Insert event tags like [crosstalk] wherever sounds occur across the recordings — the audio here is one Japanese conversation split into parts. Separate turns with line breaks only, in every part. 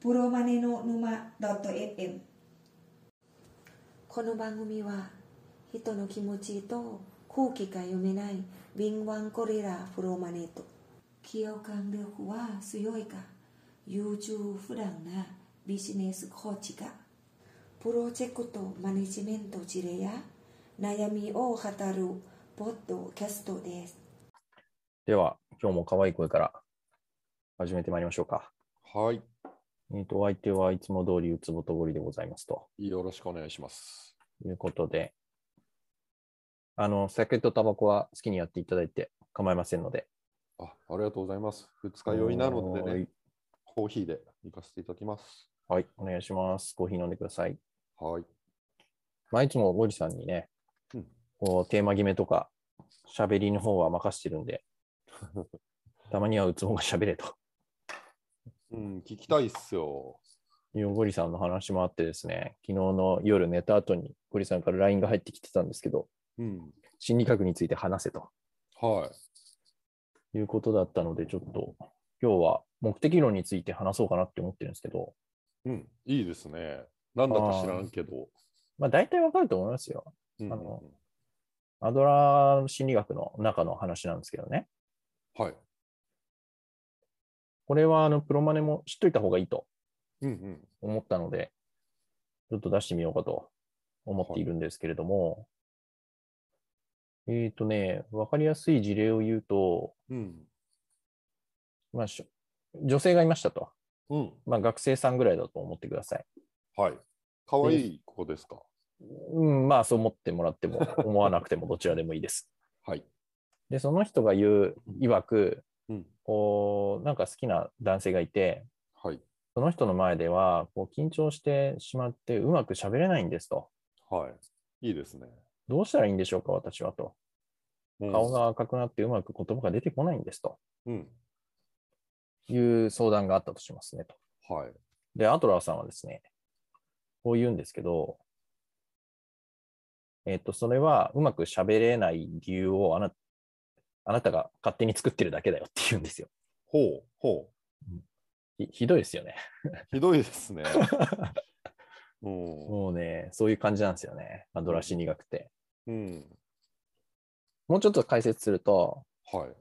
プロマネの沼 .fm この番組は人の気持ちと空気が読めない敏腕コレラプロマネと企業間力は強いか優柔不断なビジネスコーチがプロジェクトマネジメント事例や悩みを語るポッドキャストです
では、今日も可愛い声から始めてまいりましょうか。
はい。
えっ、と、お相手はいつも通りうつぼとぼりでございますと
よろしくお願いします。
いうことで、あの、酒とタバコは好きにやっていただいて構いませんので。
あありがとうございます。二日酔いなので
は
ね
い、
コーヒーで行かせていただきます。
はい、お願いします。コーヒー飲んでください。
はい。
まあ、いつもゴリさんにね、
うん
こうテーマ決めとか、喋りの方は任してるんで、
[laughs]
たまにはうつぼが喋れと
うん、聞きたいっすよ。
いうゴリさんの話もあってですね、昨日の夜寝た後にゴリさんから LINE が入ってきてたんですけど、
うん。
心理学について話せと。
はい。
いうことだったので、ちょっと今日は目的論について話そうかなって思ってるんですけど、
うん、いいですね。なんだか知らんけど。
まあ大体わかると思いますよ。
うん
あのアドラー心理学の中の話なんですけどね。
はい。
これはあのプロマネも知っといた方がいいと
うんうん。
思ったので、ちょっと出してみようかと思っているんですけれども、えっ、とね、わかりやすい事例を言うと、
うん。
まあ、しょ女性がいましたと。
うん。
まあ、学生さんぐらいだと思ってください。
はい。かわいい子ですか。
うん、まあ、そう思ってもらっても、思わなくてもどちらでもいいです。 [laughs]
はい。
で、その人が言う、曰く、
うん。
こう、なんか好きな男性がいて、
はい。
その人の前では、こう、緊張してしまって、うまく喋れないんですと。
はい。いいですね。
どうしたらいいんでしょうか、私はと。
うん
顔。が赤くなって、うまく言葉が出てこないんですと
うん。
いう相談があったとしますねと。
はい。
で、アトラーさんはですね、こう言うんですけど、えっと、それはうまく喋れない理由をあなあなたが勝手に作ってるだけだよって言うんですよ。
ほう、ほ
ひひどいですよね。
う。ひどいです
[laughs]
ね。うん。
もうね、そういう感じなんですよね。アドラー心理学って。
うん。
もうちょっと解説すると、
はい。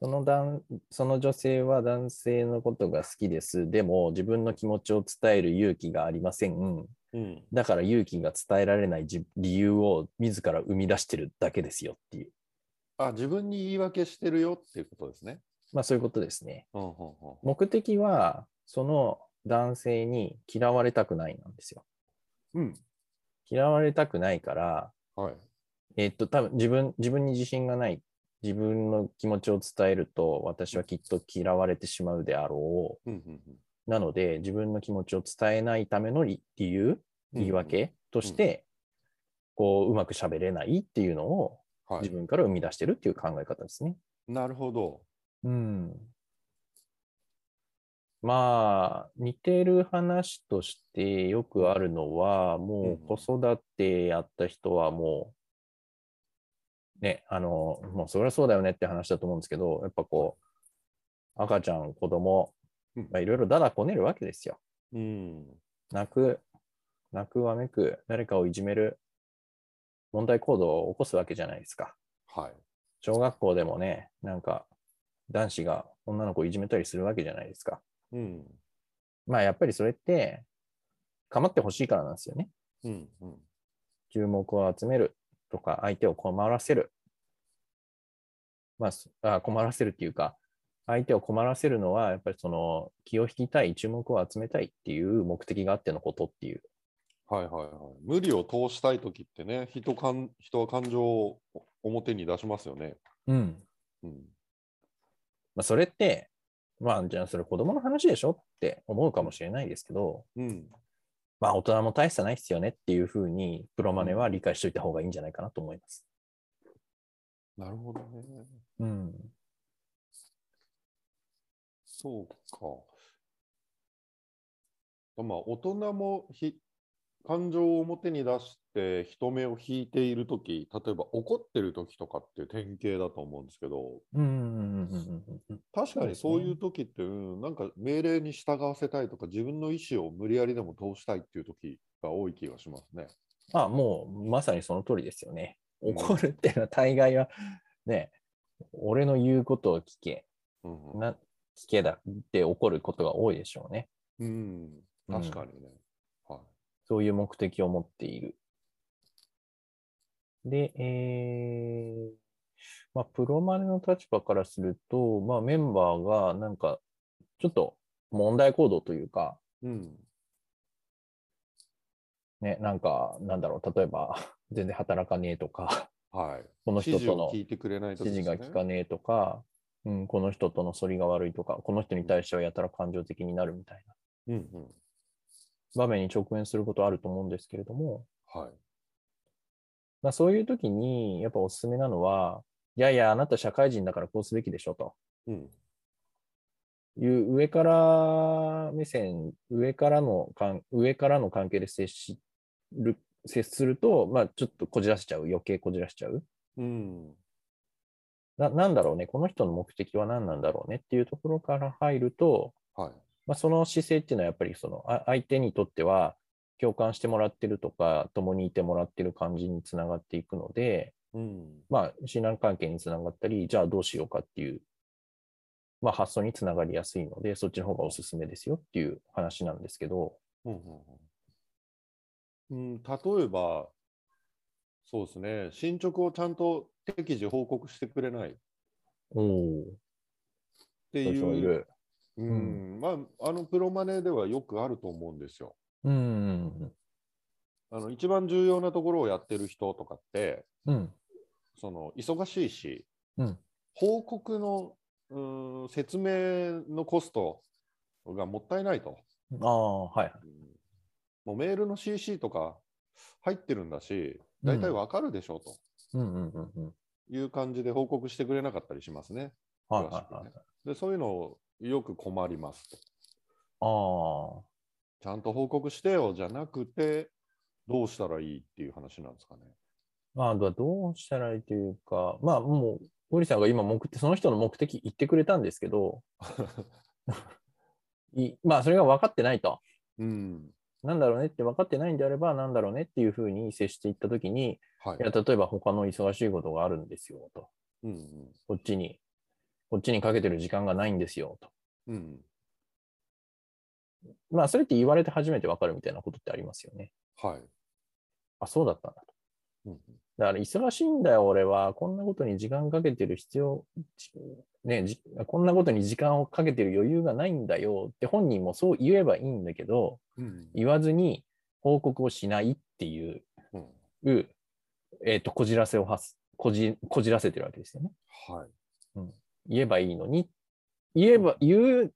その男その女性は男性のことが好きです。でも、自分の気持ちを伝える勇気がありません。
うん。
だから勇気が伝えられないじ理由を自ら生み出してるだけですよっていう。
あ、自分に言い訳してるよっていうことですね。
まあそういうことですね。
うんうんうん
目的は、その男性に嫌われたくないなんですよ。
うん。
嫌われたくないから、
はい。
えっと、多分自分、自分に自信がない。自分の気持ちを伝えると、私はきっと嫌われてしまうであろ
うんうんうん
う。なので、自分の気持ちを伝えないための理理由、言い訳として、こう、うまく喋れないっていうのを
は
自
い。
分から生み出してるっていう考え方ですね。
なるほど。
うん。まあ、似てる話としてよくあるのは、もう子育てやった人はもう、ね、あの、もうそりゃそうだよねって話だと思うんですけど、やっぱこう、赤ちゃん、子供
うん、
まあいろいろだだこねるわけですよ。
うん。
泣く、泣くわめく、誰かをいじめる、問題行動を起こすわけじゃないですか。
はい。
小学校でもね、なんか、男子が女の子をいじめたりするわけじゃないですか。
うん。
まあ、やっぱりそれって、構ってほしいからなんですよね。
うん。うん。
注目を集めるとか、相手を困らせる。まあそあ、困らせるっていうか、相手を困らせるのは、やっぱりその、気を引きたい、注目を集めたいっていう目的があってのことっていう。
はいはいはい。無理を通したいときってね、人かん、人は感情を表に出しますよね。
うん。
うん。
まあ、それって、まあ、じゃあそれ子供の話でしょって思うかもしれないですけど、
うん。
まあ、大人も大差ないですよねっていうふうに、プロマネは理解しておいた方がいいんじゃないかなと思います。
なるほどね。
うん。
そうか。まあ、大人もひ感情を表に出して人目を引いているとき、例えば怒ってるときとかっていう典型だと思うんですけど、
うんうんうんうんうん
確かに
そう
そう
ですね
いうときって、うんなんか命令に従わせたいとか、自分の意思を無理やりでも通したいっていうときが多い気がしますね。
あ、もうまさにその通りですよね。怒るっていうのは大概は、ね、俺の言うことを聞け、
うんうん
な聞けだって怒ることが多いでしょうね。
うん、確かにね。はい
そういう目的を持っている。で、えーまあ、プロマネの立場からすると、まあ、メンバーがなんか、ちょっと問題行動というか、
うん
ね、なんか、なんだろう、例えば、 [laughs] 全然働かねえとか、 [laughs]
はい、
この人
指示
と
を
の
聞いてくれないとき
指示が効かねえとか、うん、この人との反りが悪いとか、この人に対してはやたら感情的になるみたいな
うんうん
場面に直面することあると思うんですけれども、
はい、
まあ、そういう時にやっぱおすすめなのは、いやいや、あなた社会人だからこうすべきでしょと
うん
いう上から目線、上からの関上からの関係で接しる接すると、まあ、ちょっとこじらせちゃう、余計こじらせちゃう。
うん
ななんだろうね、この人の目的は何なんだろうねっていうところから入ると、
はい
まあ、その姿勢っていうのはやっぱりそのあ相手にとっては共感してもらってるとか共にいてもらってる感じにつながっていくので、
うん
まあ、信頼関係につながったりじゃあどうしようかっていう、まあ、発想につながりやすいのでそっちの方がおすすめですよっていう話なんですけど、
うんうんうんうん、例えば、そうですね、進捗をちゃんと適時報告してくれないっ
おお、
て
そういう
い、
人がいうる。
うんまあ、あのプロマネではよくあると思うんですよ。
うん、
あの一番重要なところをやってる人とかって、
うん、
その忙しいし、
うん
報告のうん説明のコストがもったいないと。
ああ、はい。
もうメールの CC とか入ってるんだし、大体わかるでしょうと。
うん、うん、うん、うん。
いう感じで報告してくれなかったりしますね。
はい、はい、はい。
で、そういうのをよく困りますと。
ああ、
ちゃんと報告してよじゃなくて、どうしたらいいっていう話なんですかね。
まあ、どどうしたらいいというか、まあ、もう、ゴリさんが今目的、その人の目的言ってくれたんですけ
[laughs]
ど、いまあ、それが分かってないと。
うん。
なんだろうねって分かってないんであれば、なんだろうねっていうふうに接していったときに、
はい
いや、。例えば他の忙しいことがあるんですよ、と。
うんうん。
こっちに、こっちにかけてる時間がないんですよ、と。
うん。
まあ、それって言われて初めて分かるみたいなことってありますよね。
はい。
あ、そうだったんだと。
うん
だから忙しいんだよ、俺は。こんなことに時間かけてる必要、じね、じこんなことに時間をかけてる余裕がないんだよって本人もそう言えばいいんだけど、
うん。
言わずに報告をしないっていう、
うん
えっ、と、こじらせを発すこじ、こじらせてるわけですよね。
はい。
言えばいいのに、言えば、言う、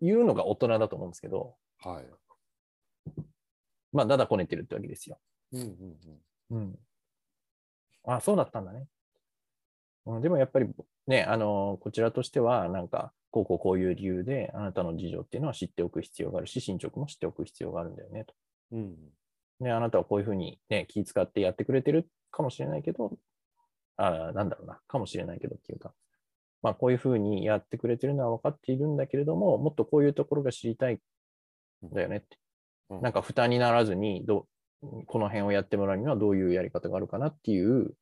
言うのが大人だと思うんですけど、
はい。
まあ、だだこねてるってわけですよ。
うんうん
うん。あ、そうだったんだね。うん、でもやっぱりね、あのこちらとしては、なんか、こうこうこういう理由で、あなたの事情っていうのは知っておく必要があるし、進捗も知っておく必要があるんだよねと。
うん。うん。
ね、あなたはこういうふうに、ね、気遣ってやってくれてるかもしれないけど、あなんだろうな、かもしれないけどっていうか、まあ、こういうふうにやってくれてるのは分かっているんだけれども、もっとこういうところが知りたいんだよねって。
うん
なんか負担にならずにどう、この辺をやってもらうにはどういうやり方があるかなっていう、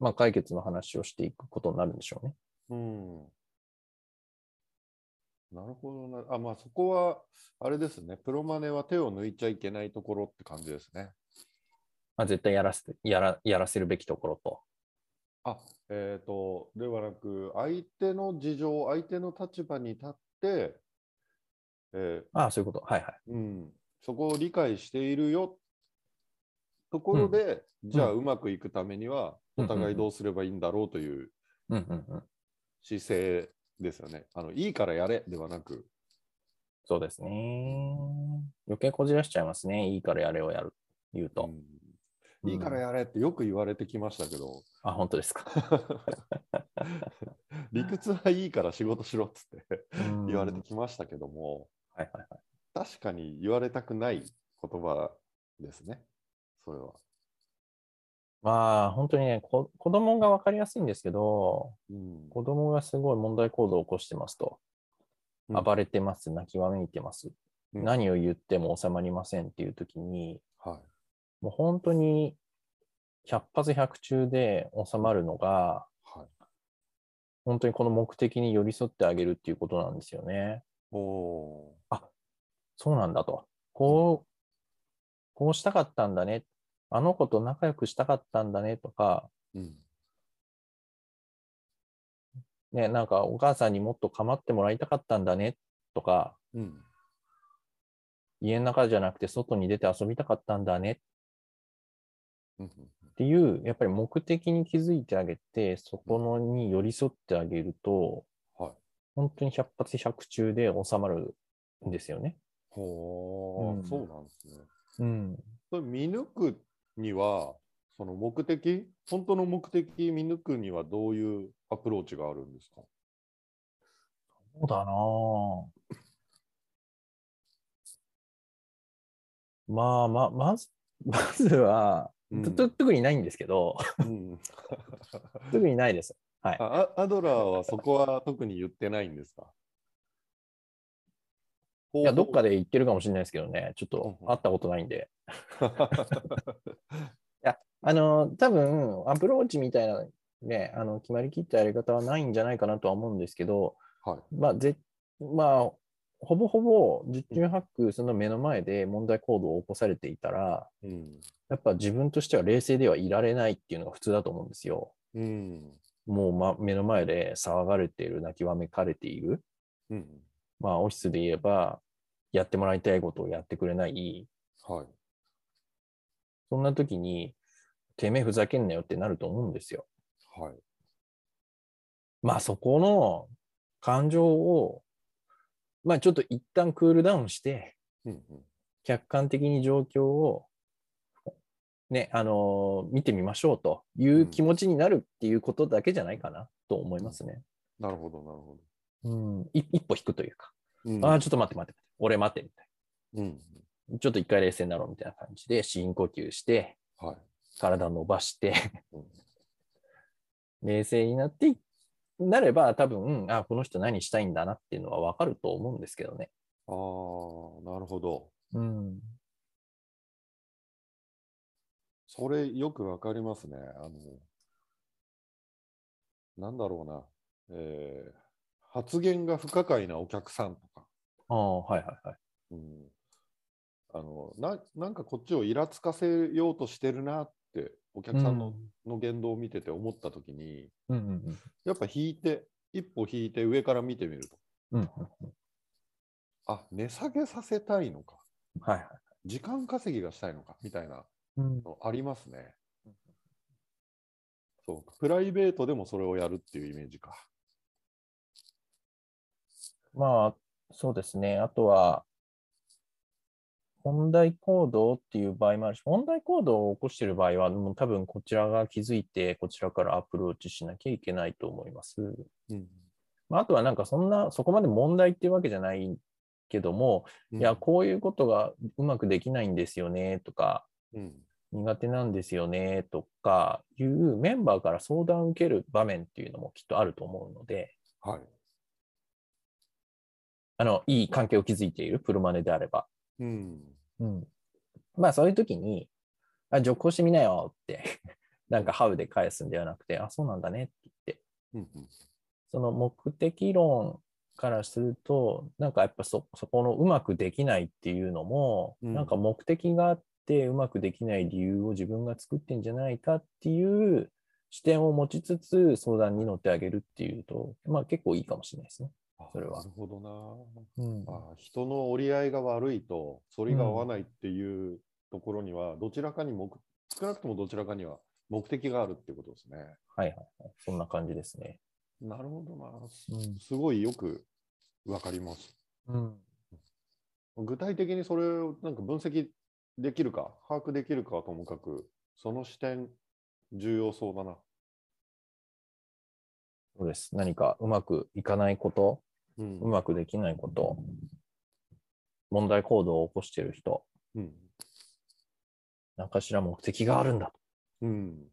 まあ、解決の話をしていくことになるんでしょうね。
うん。なるほどな。あ、まあそこは、あれですね。プロマネは手を抜いちゃいけないところって感じですね。
まあ、絶対やらせてやらやらせるべきところと。
あ、えっと、ではなく、相手の事情、相手の立場に立って、え
ああ、そういうこと。はいはい。
ーうん、そこを理解しているよ。ところで、じゃあ
う
うまくいくためには、
うん
お互いどうすればいいんだろうという
うんうんうん。
姿勢ですよね。あの、いいからやれではなく、
そうですね。余計こじらしちゃいますね。いいからやれをやる。言うと。
うんいいから
や
やれってよく言われてきましたけど、
あ、本当です
[laughs]
か。
理屈はいいから仕事しろっつって言
言
われてきましたけども、
はいはいはい。
確かに言われたくない言葉ですね。それは。
まあ、本当にね、こ子供が分かりやすいんですけど、
うん
子供がすごい問題行動を起こしてますと、
うん
暴れてます、泣きわめいてます、
うん
何を言っても収まりませんっていう時に、
はい。
もう本当に100発100中で収まるのが、
はい。
本当にこの目的に寄り添ってあげるっていうことなんですよね。
おお
そうなんだと。こう、こうしたかったんだね。あの子と仲良くしたかったんだねとか、
ー。うん。
ね、なんかお母さんにもっと構ってもらいたかったんだねとか、
うん。
家の中じゃなくて外に出て遊びたかったんだね
うん。
っていう、やっぱり目的に気づいてあげて、そこのに寄り添ってあげると、
はい
本当に100発100中で収まるんですよね。
ほー
うん
そうなんですね。
うん。
それ見抜くには、その目的、本当の目的見抜くにはどういうアプローチがあるんですか
そうだなぁまあまあ、まず、 [laughs] まずは、
うん
とと特にないんですけ
[laughs]
ど、
うん、
特にないです。はい。
ああアドラーはそこは特に言ってないんですかい
いや、どっか
で。
で言ってるかもしれないですけどね、ちょっと
うんうん
会ったことないんで。
[laughs] はい
あの、多分アプローチみたいな、ね、あの決まりきったやり方はないんじゃないかなとは思うんですけど、。まあ、ぜまあ、ほぼほぼ十中八九その目の前で問題行動を起こされていたら、
うん。
やっぱ自分としては冷静ではいられないっていうのが普通だと思うんですよ。
うん。
もう、ま、目の前で騒がれている、泣きわめかれている。
うん。
まあ、オフィスで言えば、やってもらいたいことをやってくれない。
はい。
そんな時に、てめえふざけんなよってなると思うんですよ。
はい。
まあ、そこの感情を、まあ、ちょっと一旦クールダウンして、
うん。うん
客観的に状況を、ね、あの見てみましょうという気持ちになるっていうことだけじゃないかなと思いますね。
なるほど、なるほ
うん、い一歩引くというか、
ど。うん
ああ、ちょっと待って待って、俺待って、みたい
うん。
な。ちょっと一回冷静になろうみたいな感じで、深呼吸して、
はい。
体伸ばして
うん、
冷静になって、なれば多分、あこの人何したいんだなっていうのはわかると思うんですけどね。
ああ、なるほど。
うん。
それよくわかりますね。あの、なんだろうな。えー発言が不可解なお客さんとか。
ああ、はいはいはい。
うん、あのななんかこっちをイラつかせようとしてるなってお客さんの,、の言動を見てて思った時に
うんうんうん
やっぱ引いて一歩引いて上から見てみると
うんうん。
あ値下げさせたいのか
はいはい。
時間稼ぎがしたいのかみたいな
うん
のありますね。そうプライベートでもそれをやるっていうイメージか。
まあ、そうですね。あとは、問題行動っていう場合もあるし、問題行動を起こしている場合は、もう多分こちらが気づいて、こちらからアプローチしなきゃいけないと思います。
うん
まあ、あとはなんかそんな、そこまで問題っていうわけじゃないけども、いや、こういうことがうまくできないんですよねとか、
うん
苦手なんですよねとかいうメンバーから相談を受ける場面っていうのもきっとあると思うので、
はい
あの、いい関係を築いているプロマネであれば。
うん
うん、まあそういう時に、あ、続行してみなよって、 [laughs] なんかハウで返すんではなくて、あ、そうなんだねって言って、
うんうん
その目的論からすると、なんかやっぱそ、そこのうまくできないっていうのも、
うん
なんか目的があってうまくできない理由を自分が作ってんじゃないかっていう視点を持ちつつ相談に乗ってあげるっていうと、まあ結構いいかもしれないですね。
あ
それは
なるほどな。
うん
あー人の折り合いが悪いと、反りが合わないっていうところには、どちらかに目、少なくともどちらかには目的があるってことですね。
はいはいはい。そんな感じですね。
なるほどな。す
うん
すごいよくわかります。
うん。
具体的にそれをなんか分析できるか、把握できるかはともかく、その視点、重要そうだな。
そうです。何かうまくいかないこと、
うん
うまくできないこと、問題行動を起こしている人、
うん
何かしら目的があるんだ
うん。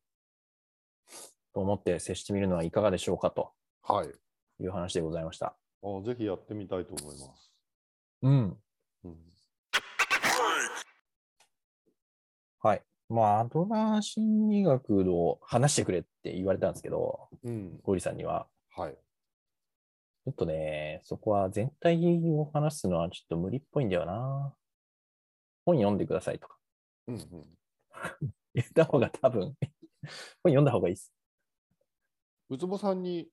と思って接してみるのはいかがでしょうかと
はい。
いう話でございました。
あぜひやってみたいと思います。
うん。
うん、
はい。まあ、アドラー心理学を話してくれって言われたんですけど、
うん。
ゴリさんには。
はい。
ちょっとね、そこは全体を話すのはちょっと無理っぽいんだよな。本読んでくださいとか [laughs]
うんうん。
言った方が多分、 [laughs] 本読んだ方がいいです。
ウツボさんに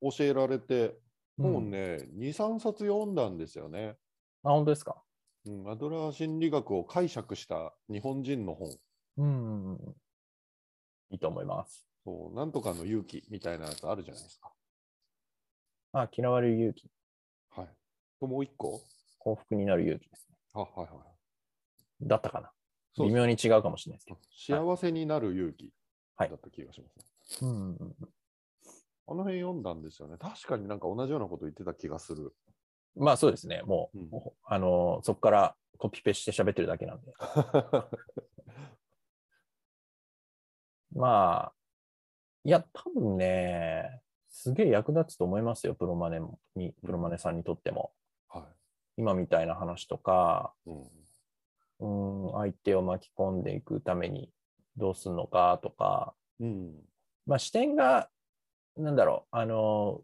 教えられて、
うん
本ね、2、3冊読んだんですよね。
あ、本当ですか。
うん、アドラー心理学を解釈した日本人の本。
うんうんうん。いいと思います。
そう、なんとかの勇気みたいなやつあるじゃないですか。
あ、嫌われる勇気。
はい。と、もう一個
幸福になる勇気ですね。
あ、はいはい。
だったかな。
そう
微
です
妙に違うかもしれないですけ
幸せになる勇気
は
だ
い
った気がします
ど。
ね。
うんうんうん
あの辺読んだんですよね。確かになんか同じようなこと言ってた気がす [laughs] る。
まあそうですね。もう、
うん
もうあの、そこからコピペして喋ってるだけなんで。まあ、いや、多分ね、すげえ役立つと思いますよ。プロマネもに、プロマネさんにとっても。
は
今みたいな話とか、
い。うん。
うん、相手を巻き込んでいくためにどうするのかとか、
うん。
まあ視点が、なんだろう、あの、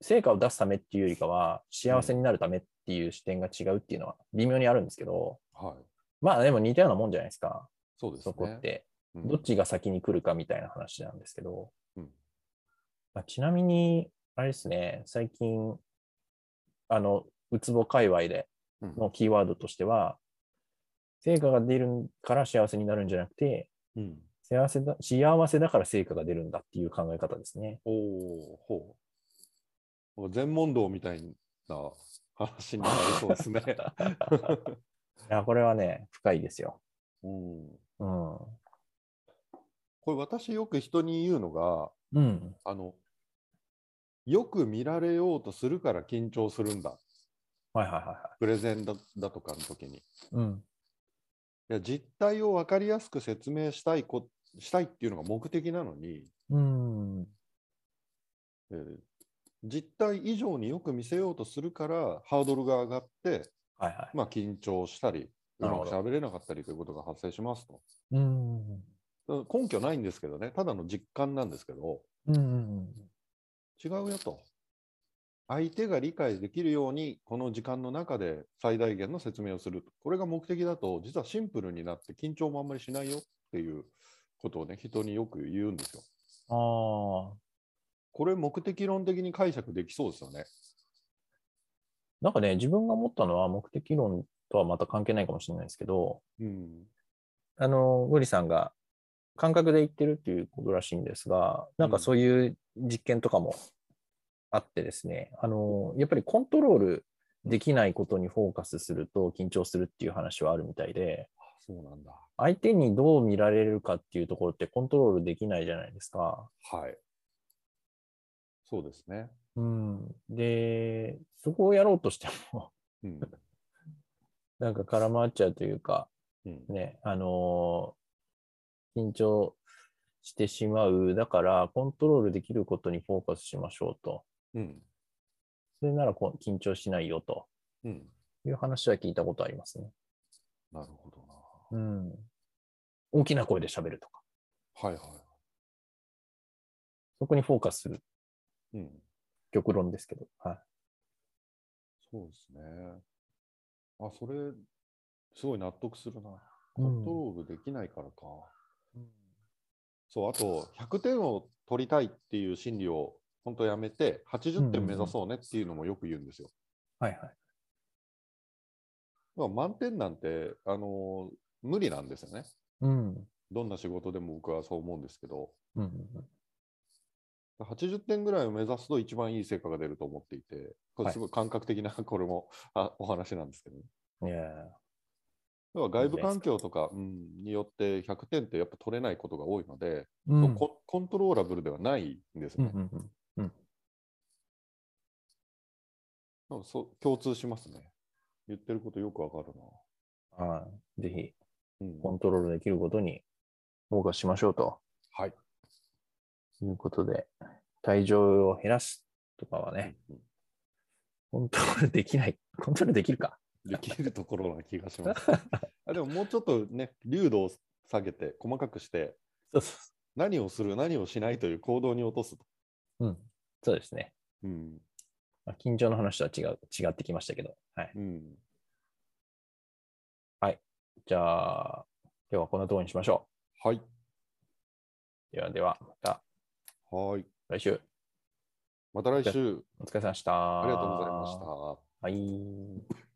成果を出すためっていうよりかは、幸せになるためっていう視点が違うっていうのは微妙にあるんですけど、
はい。
まあでも似たようなもんじゃないですか。
そうですね。
そこって、
うん、
どっちが先に来るかみたいな話なんですけど、
うん
まあ、ちなみに、あれですね、最近、あの、うつぼ界隈で
うん
のキーワードとしては、成果が出るから幸せになるんじゃなくて、
うん。
幸せだ幸せだから成果が出るんだっていう考え方です
[laughs]
ね。
おおほう。なんか全問答みたいな話になりそうです [laughs] ね。
いや、これはね、深いですよ。
う
う
ん、
ん。
これ私よく人に言うのが、
うん。
あの、よく見られようとするから緊張するんだ。
はいはいはいは
プレゼンだだとかの時に。い
い。うん。
や実態を分かりやすく説明したいこしたいっていうのが目的なのに、
うん。
えー実態以上によく見せようとするからハードルが上がって、
はいはい。
まあ、緊張したりう
なる
ま
ほ
く
ど
喋れなかったりということが発生しますと。
うん。
根拠ないんですけどね、ただの実感なんですけど、
うん。
違うよと。相手が理解できるように、この時間の中で最大限の説明をする。これが目的だと、実はシンプルになって緊張もあんまりしないよっていうことをね、人によく言うんですよ。
ああ、
これ、目的論的に解釈できそうですよね。
なんかね、自分が思ったのは目的論とはまた関係ないかもしれないですけど、
うん。
あの、ゴリさんが感覚で言ってるっていうことらしいんですが、なんかそういう実験とかもあってですね、あの、やっぱりコントロールできないことにフォーカスすると緊張するっていう話はあるみたいで、
あそうなんだ。
相手にどう見られるかっていうところってコントロールできないじゃないですか。
はい。そうですね。
うん。で、そこをやろうとしても、
うん。
なんか空回っちゃうというか、
うん、
ね、あのー緊張してしまう。だから、コントロールできることにフォーカスしましょうと。
うん。
それならこう緊張しないよと
うん。
いう話は聞いたことありますね。
なるほどな。
うん。大きな声で喋るとか。
はいは
そこにフォーカスする。
い。うん。
極論ですけど。はい。
そうですね。あ、それ、すごい納得するな。コントロールできないからか。そう、あと、100点を取りたいっていう心理を本当やめて、80点目指そうねっていうのもよく言うんですよ。
はいはい。
だから満点なんて、あのー無理なんですよね。
うん。
どんな仕事でも僕はそう思うんですけど、
うんうん
80点ぐらいを目指すと一番いい成果が出ると思っていて、これすごい感覚的な、これもあお話なんですけどね。
うん。いやー
要は外部環境とか、うん、によって100点ってやっぱ取れないことが多いので、
うん
コンコントローラブルではないんです
う
よ
ん
ね
う。んうん
なんかそう共通しますね。言ってることよくわかるな。
はい。ぜひ、
うん
コントロールできることにフォーカスしましょうと
はい。
いうことで、体重を減らすとかはね、
うん
コントロールできない。 [laughs] コントロールできるか。
できるところな気がします。あでももうちょっとね、流度を下げて、細かくして、
そうそ
何をする、何をしないという行動に落とすと。
う。うん。そうですね。
うん。
まあ、緊張の話とは違う、違ってきましたけど。はい。
うん。
じゃあ、今日はこんなところにしましょ
はい。
う。ではでは、また
はい。
来週。
また来週、
お疲れ様でした。
ありがとうございました。
はい。